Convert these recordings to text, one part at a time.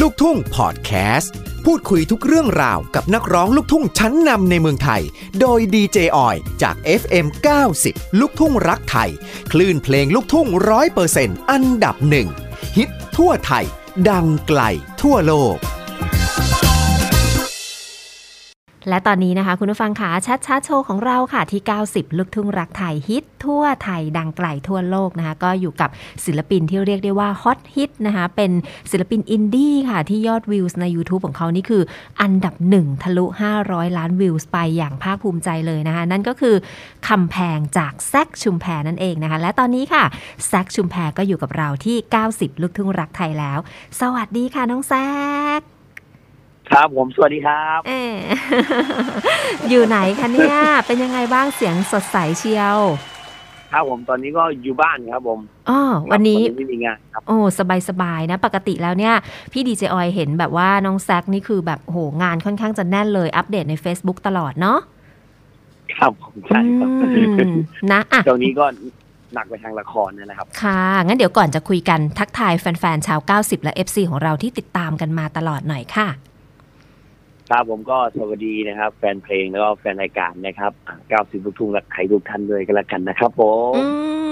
ลูกทุ่งพอดแคสต์ พูดคุยทุกเรื่องราวกับนักร้องลูกทุ่งชั้นนำในเมืองไทย โดยดีเจออยจาก FM 90 ลูกทุ่งรักไทย คลื่นเพลงลูกทุ่งร้อยเปอร์เซนต์อันดับหนึ่งฮิตทั่วไทย ดังไกลทั่วโลก และตอนนี้นะคะ คุณผู้ฟังขาชัดชัดๆโชว์ของเราค่ะที่ 90 ลูกทุ่งรักไทยฮิตทั่วไทยดังไกลทั่วโลกนะคะ ก็อยู่กับศิลปินที่เรียกได้ว่าฮอตฮิตนะคะ เป็นศิลปินอินดี้ค่ะ ที่ยอดวิวส์ใน YouTube ของเขานี่คือ อันดับหนึ่งทะลุ 500 ล้านวิวส์ไปอย่างภาคภูมิใจเลยนะคะ นั่นก็คือคำแพงจากแซกชุมแพนั่นเองนะคะ และตอนนี้ค่ะแซกชุมแพก็อยู่กับเราที่ 90 ลูกทุ่งรักไทยแล้ว สวัสดีค่ะน้องแซก ครับผมสวัสดีครับ เออ อยู่ไหนคะเนี่ย เป็นยังไงบ้างเสียงสดใสเชียว ครับผมตอนนี้ก็อยู่บ้านครับผม อ๋อวันนี้ ครับไม่มีงานครับ โอ้สบายสบายๆนะ ปกติแล้วเนี่ย พี่ดีเจออยเห็นแบบว่าน้องแซกนี่คือแบบโหงานค่อนข้างจะแน่นเลย อัปเดตใน Facebook ตลอดเนาะ ครับผมใช่ครับ อืมนะอ่ะ ตรงนี้ก็หนักไปทางละครนั่นแหละครับ ค่ะ งั้นเดี๋ยวก่อนจะคุยกันทักทายแฟนๆ ชาว 90 และ FC ของเราที่ติดตามกันมาตลอดหน่อยค่ะ ครับผมก็สวัสดีนะครับ แฟนเพลงแล้วก็แฟนรายการนะครับอ่า90ลูกทุ่งรักไทยทุกท่านด้วยกันละกันนะครับผม อื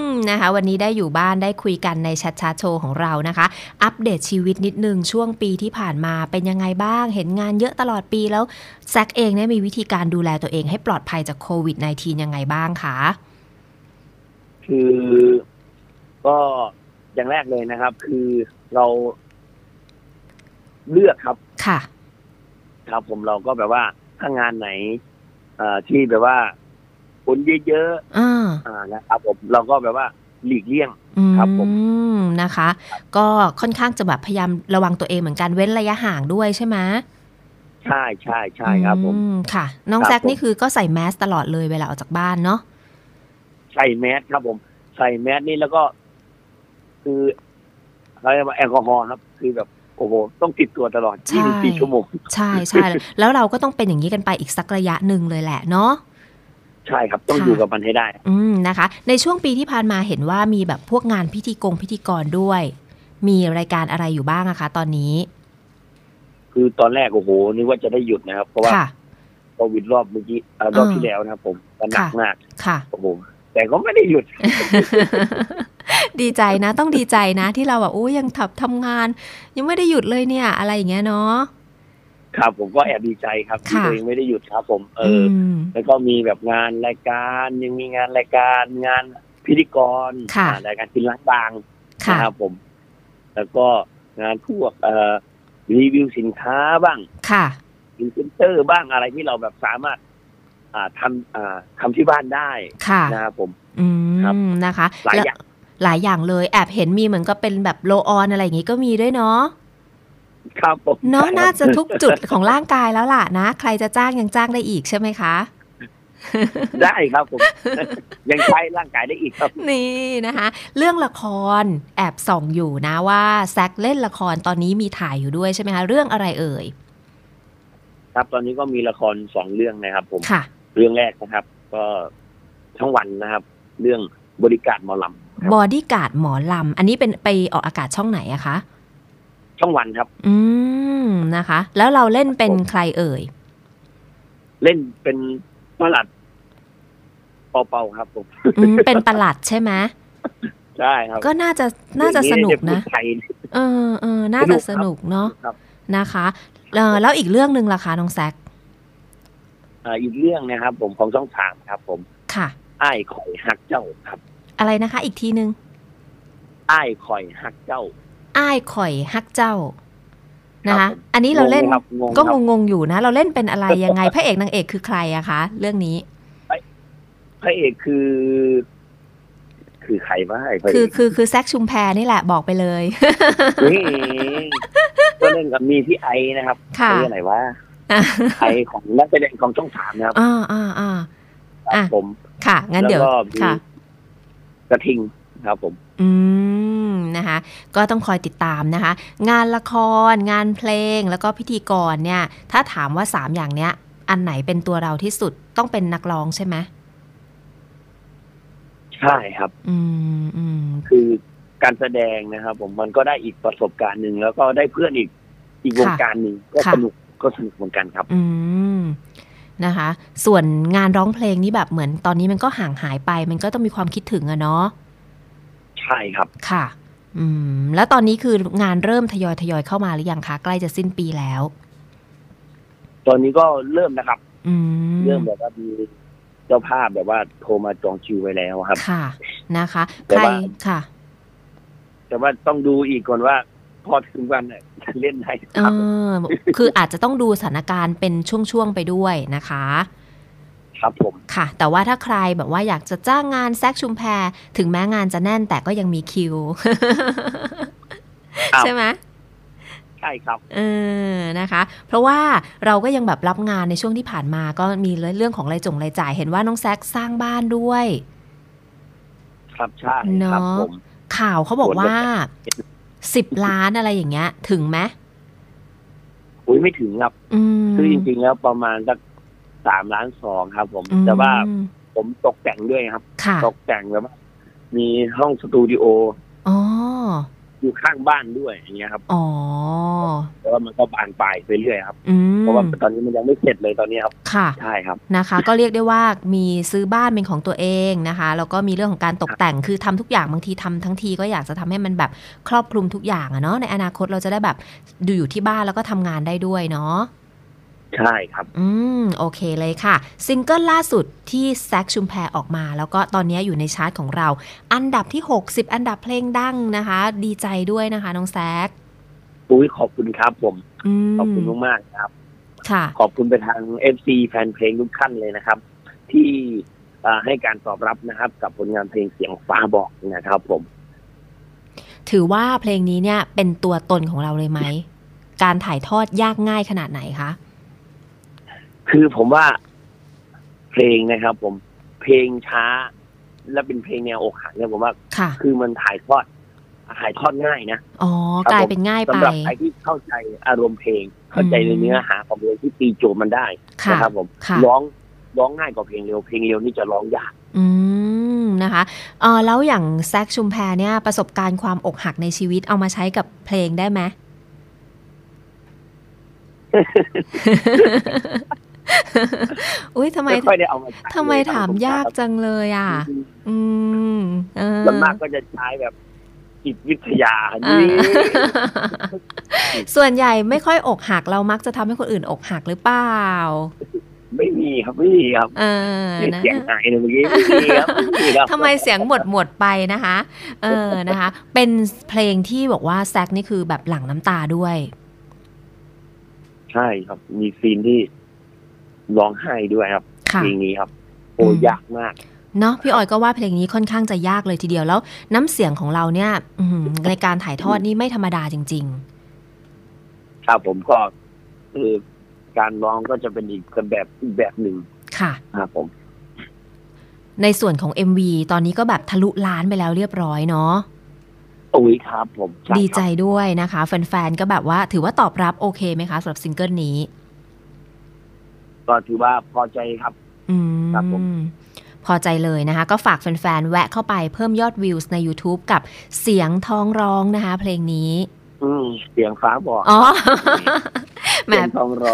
มนะคะ วันนี้ได้อยู่บ้านได้คุยกันในชัดชาโชว์ของเรานะคะ อัปเดตชีวิตนิดนึงช่วงปีที่ผ่านมาเป็นยังไงบ้าง เห็นงานเยอะตลอดปีแล้วแซกเองเนี่ยมีวิธีการดูแลตัวเองให้ปลอดภัยจากโควิด -19 ยังไงบ้างคะ คือก็อย่างแรกเลยนะครับ คือเราเลือกครับ ค่ะ ครับผมเราก็แบบว่าถ้างานไหนอ่าที่แบบว่าคนเยอะ อ่า ๆอ่านะครับผมเราก็แบบว่าหลีกเลี่ยง อื ครับผม มนะคะ ก็ค่อนข้างจะแบบพยายามระวังตัวเองเหมือนกันเว้นระยะห่างด้วยใช่ไหม ใช่ใช่ใช่ครับผม อืค่ะ น้อง ครับ แซก ผม นี่คือก็ใส่แมสตลอดเลยเวลาออกจากบ้านเนาะ ใส่แมสครับผม ใส่แมสนี่แล้วก็ คือเขาเรียกว่าแอลกอฮอล์ครับ คือแบบโอ้โหต้องติดตัวตลอด ใช่ 24 ชั่วโมง ใช่ใช่ แล้วเราก็ต้องเป็นอย่างนี้กันไปอีกสักระยะหนึ่งเลยแหละเนาะ ใช่ครับ ต้อง ค่ะ อยู่กับมันให้ได้ อืมนะคะ ในช่วงปีที่ผ่านมาเห็นว่ามีแบบพวกงานพิธีกงพิธีกรด้วย มีรายการอะไรอยู่บ้างอะคะ ตอนนี้ คือตอนแรกโอ้โหนึกว่าจะได้หยุดนะครับ เพราะว่า ค่ะ โควิดรอบเมื่อกี้เอ่อรอบ อ่า ที่แล้วนะครับผมมันหนัก ค่ะ มาก ค่ะ โอ้โหแต่ก็ไม่ได้หยุด ดีใจนะ ต้องดีใจนะ ที่เราแบบโอ้ยยังทับทำงาน ยังไม่ได้หยุดเลยเนี่ย อะไรอย่างเงี้ยเนาะ ครับ ผมก็แอบดีใจครับที่ ค่ะ ตัวเองไม่ได้หยุดครับ ผมเอ อื ออ ม แล้วก็มีแบบงานรายการยังมีงานรายการงานพิธีกร ค่ะ อ่ารายการกินล้างบาง ค่ะ นะครับผม แล้วก็งานพวกเอ่อรีวิวสินค้าบ้าง ค่ะ อินเซนเตอร์บ้างอะไรที่เราแบบสามารถ อ่าทำอ่าทำที่บ้านได้ ค่ะ นะครับผม อื ครับ มนะคะ หลาย แล้ว อย่าง หลายอย่างเลยแอบเห็นมีเหมือนก็เป็นแบบโลออนอะไรอย่างงี้ก็มีด้วยเนาะ ครับผม เนาะ ใช่ครับ น่าจะทุกจุดของร่างกายแล้วล่ะนะ ใครจะจ้างยังจ้างได้อีกใช่ไหมคะ ได้ครับผม ยังใช้ร่างกายได้อีกครับ นี่นะคะ เรื่องละครแอบส่องอยู่นะว่าแซกเล่นละครตอนนี้มีถ่ายอยู่ด้วยใช่ไหมคะเรื่องอะไรเอ่ย ครับ ตอนนี้ก็มีละครสองเรื่องนะครับ ผม ค่ะ เรื่องแรกนะครับ ก็ทั้งวันนะครับ เรื่องบริการหมอลำครับ บอดี้การ์ดหมอลำ อันนี้เป็นไปออกอากาศช่องไหนอะคะ ช่องวันครับ อืมนะคะ แล้วเราเล่นเป็นใครเอ่ย เล่นเป็นประหลัดเป่าๆครับ ผม อืมเป็นประหลัดใช่ไหม ใช่ครับ ก็น่าจะน่าจะสนุกนะ ไทย เออเออน่าจะสนุกเนาะ ครับ นะคะเอ่อแล้วอีกเรื่องหนึ่งล่ะคะน้องแซก เอ่ออีกเรื่องนะครับ ผมของช่องสามครับ ผม ค่ะ อ้ายข่อยฮักเจ้าครับ อะไรนะคะ อีกทีหนึง อ้ายข่อยฮักเจ้า อ้ายข่อยฮักเจ้านะ ครั คะ บผม อันนี้เราเล่น งงไหมครับงง ก็ ครับ งงๆอยู่นะ เราเล่นเป็น อะไรยังไง พระเอกนางเอกคือใครอะคะ เรื่องนี้ พระเอกคือ คือใครวะไอ้พระเอ คือก คือคือแซกชุมแพนี่แหละบอกไปเลย นี่ก็เล่นกับมีพี่ไอนะครับ ค่ะ เรื่อ งอะไรวะไอของนักแสดงของช่องสามนะครับ อ่าอ่าอ่า อ่ะ ผม ค่ะ งั้นเดี๋ยว แล้วก็มี ค่ะ กระทิงครับ ผม อืมนะคะ ก็ต้องคอยติดตามนะคะ งานละครงานเพลงแล้วก็พิธีกรเนี่ย ถ้าถามว่าสามอย่างเนี้ย อันไหนเป็นตัวเราที่สุดต้องเป็นนักร้องใช่ไหม ใช่ครับ อืมอืม คือการแสดงนะครับ ผมมันก็ได้อีกประสบการณ์หนึ่งแล้วก็ได้เพื่อนอีก อีกวงการหนึ่งก็ ค่ะ สนุกก็สนุกเหมือนกันครับ อืมนะคะ ส่วนงานร้องเพลงนี่แบบเหมือนตอนนี้มันก็ห่างหายไป มันก็ต้องมีความคิดถึงอะเนาะ ใช่ครับ ค่ะ อืม แล้วตอนนี้คืองานเริ่มทยอยทยอยเข้ามาหรือยังคะใกล้จะสิ้นปีแล้ว ตอนนี้ก็เริ่มนะครับ อืม เริ่มแบบว่ามีเจ้าภาพแบบว่าโทรมาจองคิวไว้แล้วครับ ค่ะนะคะ แต่ ใคร ว่า ค่ะ แต่ว่าต้องดูอีกก่อนว่าพอถึงวันเนี่ยจะเล่นได้ เอ ครับ อคืออาจจะต้องดูสถานการณ์เป็นช่วงๆไปด้วยนะคะ ครับผม ค่ะ แต่ว่าถ้าใครแบบว่าอยากจะจ้างงานแซกชุมแพรถึงแม้งานจะแน่นแต่ก็ยังมีคิว ครับ ใช่ไหม ใช่ครับ เออนะคะ เพราะว่าเราก็ยังแบบรับงานในช่วงที่ผ่านมาก็มีเรื่องของรายจงรายจ่าย เห็นว่าน้องแซกสร้างบ้านด้วย ครับใช่ครับ เนอะ ผม ข่าวเขาบอกว่า เห็น สิบล้านอะไรอย่างเงี้ย ถึงไหม อุ้ยไม่ถึงครับ อืม คือจริงๆแล้วประมาณสักสามล้านสองครับ ผม แต่ว่า อืม ผมตกแต่งด้วยครับ ค่ะ ตกแต่งแบบว่ามีห้องสตูดิโอ อ๋อ อยู่ข้างบ้านด้วยอย่างเงี้ยครับ อ๋อ แต่ว่ามันก็บานปลายไปเรื่อยครับ อื เพราะว่าม ตอนนี้มันยังไม่เสร็จเลยตอนนี้ครับ ค่ะ ใช่ครับ นะคะ ก็เรียกได้ว่ามีซื้อบ้านเป็นของตัวเองนะคะแล้วก็มีเรื่องของการตกแต่งคือทำทุกอย่างบางทีทำทั้งทีก็อยากจะทำให้มันแบบครอบคลุมทุกอย่างอะเนาะในอนาคตเราจะได้แบบดูอยู่ที่บ้านแล้วก็ทำงานได้ด้วยเนาะ ใช่ครับ อืมโอเคเลยค่ะ ซิงเกิลล่าสุดที่แซคชุมแพรออกมา แล้วก็ตอนนี้อยู่ในชาร์ตของเรา อันดับที่ 60 อันดับเพลงดังนะคะ ดีใจด้วยนะคะน้องแซค อุ้ยขอบคุณครับผม ม ขอบคุณมากๆครับ ค่ะ ขอบคุณไปทาง FC แฟนเพลงทุกท่านเลยนะครับ ที่เอ่อให้การตอบรับนะครับ กับผลงานเพลงเสียงฟ้าบอกนะครับ ผม ถือว่าเพลงนี้เนี่ยเป็นตัวตนของเราเลยไหมการถ่ายทอดยากง่ายขนาดไหนคะ คือผมว่าเพลงนะครับ ผมเพลงช้า และเป็นเพลงแนวอกหักเนี่ยผมว่า ค่ะ คือมันถ่ายทอดถ่ายทอดง่ายนะ อ๋อ ครับ กลายเป็นง่ายไป สำหรับใครที่เข้าใจอารมณ์เพลง เข้าใจในเนื้อหาของเพลงที่ตีโจทย์มันได้ ค่ะ นะครับ ผม ค่ะ ร้องร้องง่ายกว่าเพลงเร็วเพลงเร็วนี่จะร้องยาก อืม นะคะเออแล้วอย่างแซคชุมแพรเนี่ย ประสบการณ์ความอกหักในชีวิตเอามาใช้กับเพลงได้ไหม อุ้ยทำไม ไม่ค่อยได้เอามาใช้ ทำไมถามยากจังเลยอ่ะ จริง อืมเออ ๆส่วนมากก็จะใช้แบบจิตวิทยา อ่า นี่ ส่วนใหญ่ไม่ค่อยอกหักเรามักจะทำให้คนอื่นอกหักหรือเปล่า ไม่มีครับไม่มีครับ เออ นี่ นะ เสียงหายเลยเมื่อกี้ไม่มีครับไม่มีครับ ทำไมเสียงหมดหมดไปนะคะ เออ นะคะ เป็นเพลงที่บอกว่าแซกนี่คือแบบหลั่งน้ำตาด้วย ใช่ครับ มีซีนที่ร้องไห้ด้วยครับ ค่ะ เพลงนี้ครับ โอ้ อืม ยากมาก เนาะพี่ออยก็ว่าเพลงนี้ค่อนข้างจะยากเลยทีเดียวแล้ว น้ำเสียงของเราเนี่ยอื้อหือในการถ่ายทอดนี่ไม่ธรรมดาจริง ครับผมก็คือการร้องก็จะเป็นอีกแบบอีกแบบหนึ่ง ๆ ค่ะ ครับผม ในส่วนของ MV ตอนนี้ก็แบบทะลุล้านไปแล้วเรียบร้อยเนาะ โอ้ยครับผมช่ครับ ดีใจด้วยนะคะ แฟนๆ ก็แบบว่าถือว่าตอบรับโอเคไหมคะสำหรับซิงเกิลนี้ ก็ถือว่าพอใจครับ อืม ครับผม พอใจเลยนะคะ ก็ฝากแฟนๆ แวะเข้าไปเพิ่มยอดวิวส์ใน YouTube กับเสียงท้องร้องนะคะ เพลงนี้ อืมเสียงฟ้าบอก อ๋อ แหม เสียงทองรอ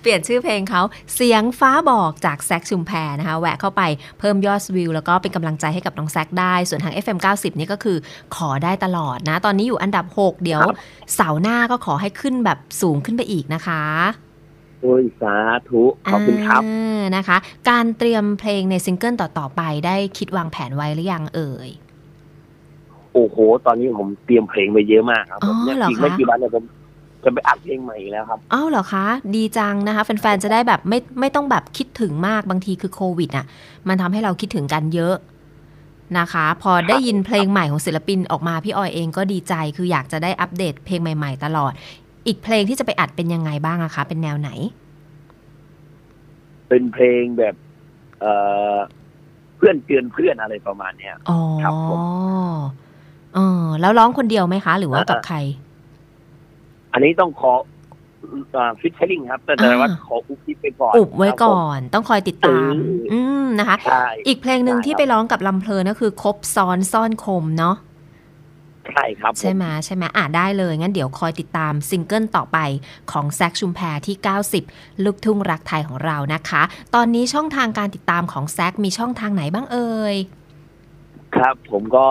เปลี่ยนชื่อเพลงเขาเสียงฟ้าบอกจากแซกชุมแพรนะคะ แวะเข้าไปเพิ่มยอดวิว แล้วก็เป็นกำลังใจให้กับน้องแซกได้ ส่วนทาง FM 90 นี่ก็คือขอได้ตลอดนะ ตอนนี้อยู่อันดับ 6 เดี๋ยว ครับ เสาร์หน้าก็ขอให้ขึ้นแบบสูงขึ้นไปอีกนะคะ โอ้ยสาธุขอบคุณครับ อ่านะคะ การเตรียมเพลงในซิงเกิลต่อ ๆ ไปได้คิดวางแผนไว้หรือยังเอ่ย โอ้โห ตอนนี้ผมเตรียมเพลงไปเยอะมากครับผม อ๋อ เนี่ย เหรอ อีกไม่ คะ กี่วันเนี่ยผมจะไปอัดเพลงใหม่อีกแล้วครับ อ้าวเหรอคะ ดีจังนะคะแฟน ๆ จะได้แบบไม่ไม่ต้องแบบคิดถึงมากบางทีคือโควิดอ่ะ มันทำให้เราคิดถึงกันเยอะนะคะ พอได้ยินเพลงใหม่ของศิลปินออกมาพี่ออยเองก็ดีใจคืออยากจะได้อัปเดตเพลงใหม่ ๆ ตลอด อีกเพลงที่จะไปอัดเป็นยังไงบ้างอะคะ เป็นแนวไหน เป็นเพลงแบบ เอ่อเพื่อนเตือนเพื่อนอะไรประมาณเนี้ย อ๋อ ครับผม เออแล้วร้องคนเดียวไหมคะ หรือว่ากับใคร อันนี้ต้องขอฟิชเชอริงครับ แต่แต่ว่า อ่า ขออุบคิดไปก่อน อุบไว้ ครับ ก่ ผ อ ม นต้องคอยติดตาม เอออื อืมนะคะ ใช่ อีกเพลงหนึ่งที่ไปร้องกับลำเพลินก็คือคบซ้อนซ่อนคมเนาะ ใช่ครับผ ใช่ ม ไหมใช่ไหมอ่าได้เลย งั้นเดี๋ยวคอยติดตามซิงเกิลต่อไปของแซคชุมแพรที่ 90 ลูกทุ่งรักไทยของเรานะคะ ตอนนี้ช่องทางการติดตามของแซคมีช่องทางไหนบ้างเอ่ย ครับ ผมก็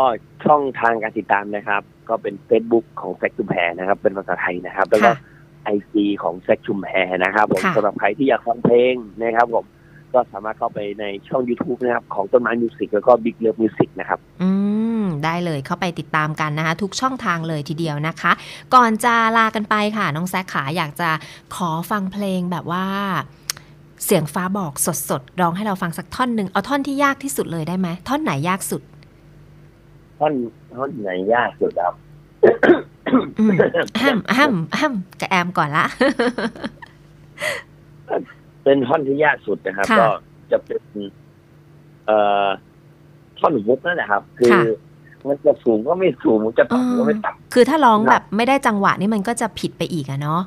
ช่องทางการติดตามนะครับ ก็เป็น Facebook ของแซกชุมแพรนะครับ เป็นภาษาไทยนะครับ แล้วก็ ค่ะ ไอจีของแซกชุมแพรนะครับผม ค่ะ สำหรับใครที่อยากฟังเพลงนะครับผมก็สามารถเข้าไปในช่อง YouTube นะครับของต้นไม้มิวสิกแล้วก็บิ๊กเลิฟมิวสิกนะครับ อืม ได้เลยเข้าไปติดตามกันนะคะ ทุกช่องทางเลยทีเดียวนะคะ ก่อนจะลากันไปค่ะ น้องแซคขาอยากจะขอฟังเพลงแบบว่า เสียงฟ้าบอกสดๆร้องให้เราฟังสักท่อนหนึ่งเอาท่อนที่ยากที่สุดเลยได้ไหมท่อนไหนยากสุด ท่อนท่อนไหนยากสุดครับ อืม อ้ำอ้ำอ้ำกระแอมก่อนละ เป็นท่อนที่ยากสุดนะครับ ค่ะ ก็จะเป็น เอ่อท่อนฮุกนั่นแหละครับ คือ ค่ะ มันจะสูงก็ไม่สูงจะต่ำก็ไม่ อ๋อ ต่ คือถ้าร้องแบบไม่ได้จังหวะนี่มันก็จะผิดไปอีกอะเนาะ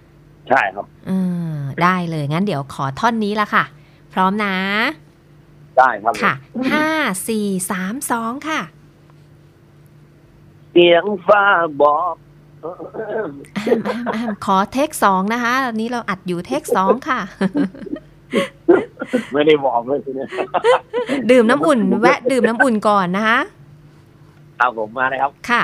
ำใช่ครับ เออได้เลยงั้นเดี๋ยวขอท่อนนี้ละค่ะ พร้อมนะ ได้ครับ ค่ะห้าสี่สามสองค่ะ เสียงฟ้าบอกเอ่อ อ้ำอ้ำอ้ำขอเทคสองนะคะตอนนี้เราอัดอยู่เทคสองค่ะ ไม่ได้บอกเลยทีเนี่ย ดื่มน้ำอุ่น แวะดื่มน้ำอุ่นก่อนนะคะ เอาผมมาเลยครับ ค่ะ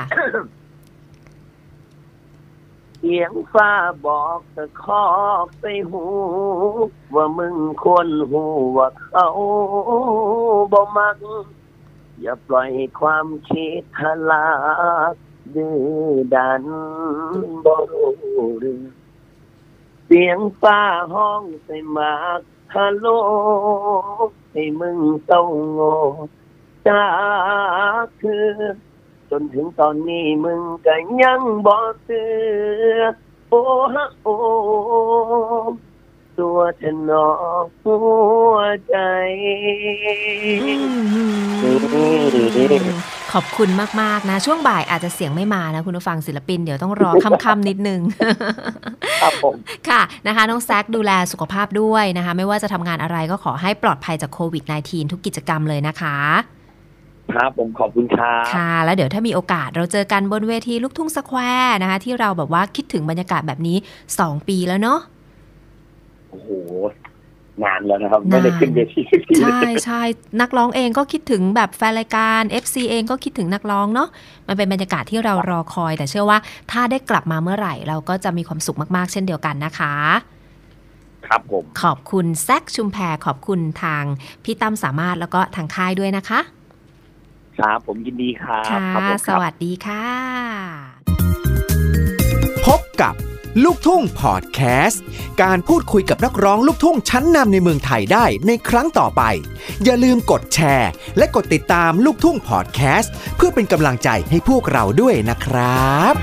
เสียงฟ้าบอกตะคอกใส่หู ว่ามึงควรหูว่าเขาบ่มัก อย่าปล่อยความคิดทะลากดื้อดันบ่รู้เรื่องเสียงฟ้าห้องใส่หมากทะโลกให้มึงเศร้าโง่จากคือ จนถึงตอนนี้มึงก็ยังบ่เตือโอ้ฮะโอ้ตัวเธอหนอหัวใจ ขอบคุณมาก ๆ นะ ช่วงบ่ายอาจจะเสียงไม่มานะ คุณผู้ฟังศิลปินเดี๋ยวต้องรอค่ำๆนิดนึง ครับผม ค่ะนะคะน้องแซคดูแลสุขภาพด้วยนะคะ ไม่ว่าจะทำงานอะไรก็ขอให้ปลอดภัยจากโควิด -19 ทุกกิจกรรมเลยนะคะ ครับผมขอบคุณครับ ค่ะ แล้วเดี๋ยวถ้ามีโอกาสเราเจอกันบนเวทีลูกทุ่งสแควร์นะคะ ที่เราแบบว่าคิดถึงบรรยากาศแบบนี้ 2 ปีแล้วเนาะ โอ้โห นานแล้วนะครับ ไม่ได้ขึ้นเวทีสักที ใช่ใช่นักร้องเองก็คิดถึงแบบแฟนรายการ FC เองก็คิดถึงนักร้องเนาะมันเป็นบรรยากาศที่เรารอคอย แต่เชื่อว่าถ้าได้กลับมาเมื่อไหร่ เราก็จะมีความสุขมากๆ เช่นเดียวกันนะคะ ครับผม ขอบคุณแซคชุมแพรขอบคุณทางพี่ตั้มสามารถแล้วก็ทางค่ายด้วยนะคะ ครับผมยินดีครับ ค่ะ ครับผม ส ครับ วัสดีค่ะ พบกับลูกทุ่งพอดแคสต์ การพูดคุยกับนักร้องลูกทุ่งชั้นนำในเมืองไทยได้ในครั้งต่อไป อย่าลืมกดแชร์ และกดติดตามลูกทุ่งพอดแคสต์ เพื่อเป็นกำลังใจให้พวกเราด้วยนะครับ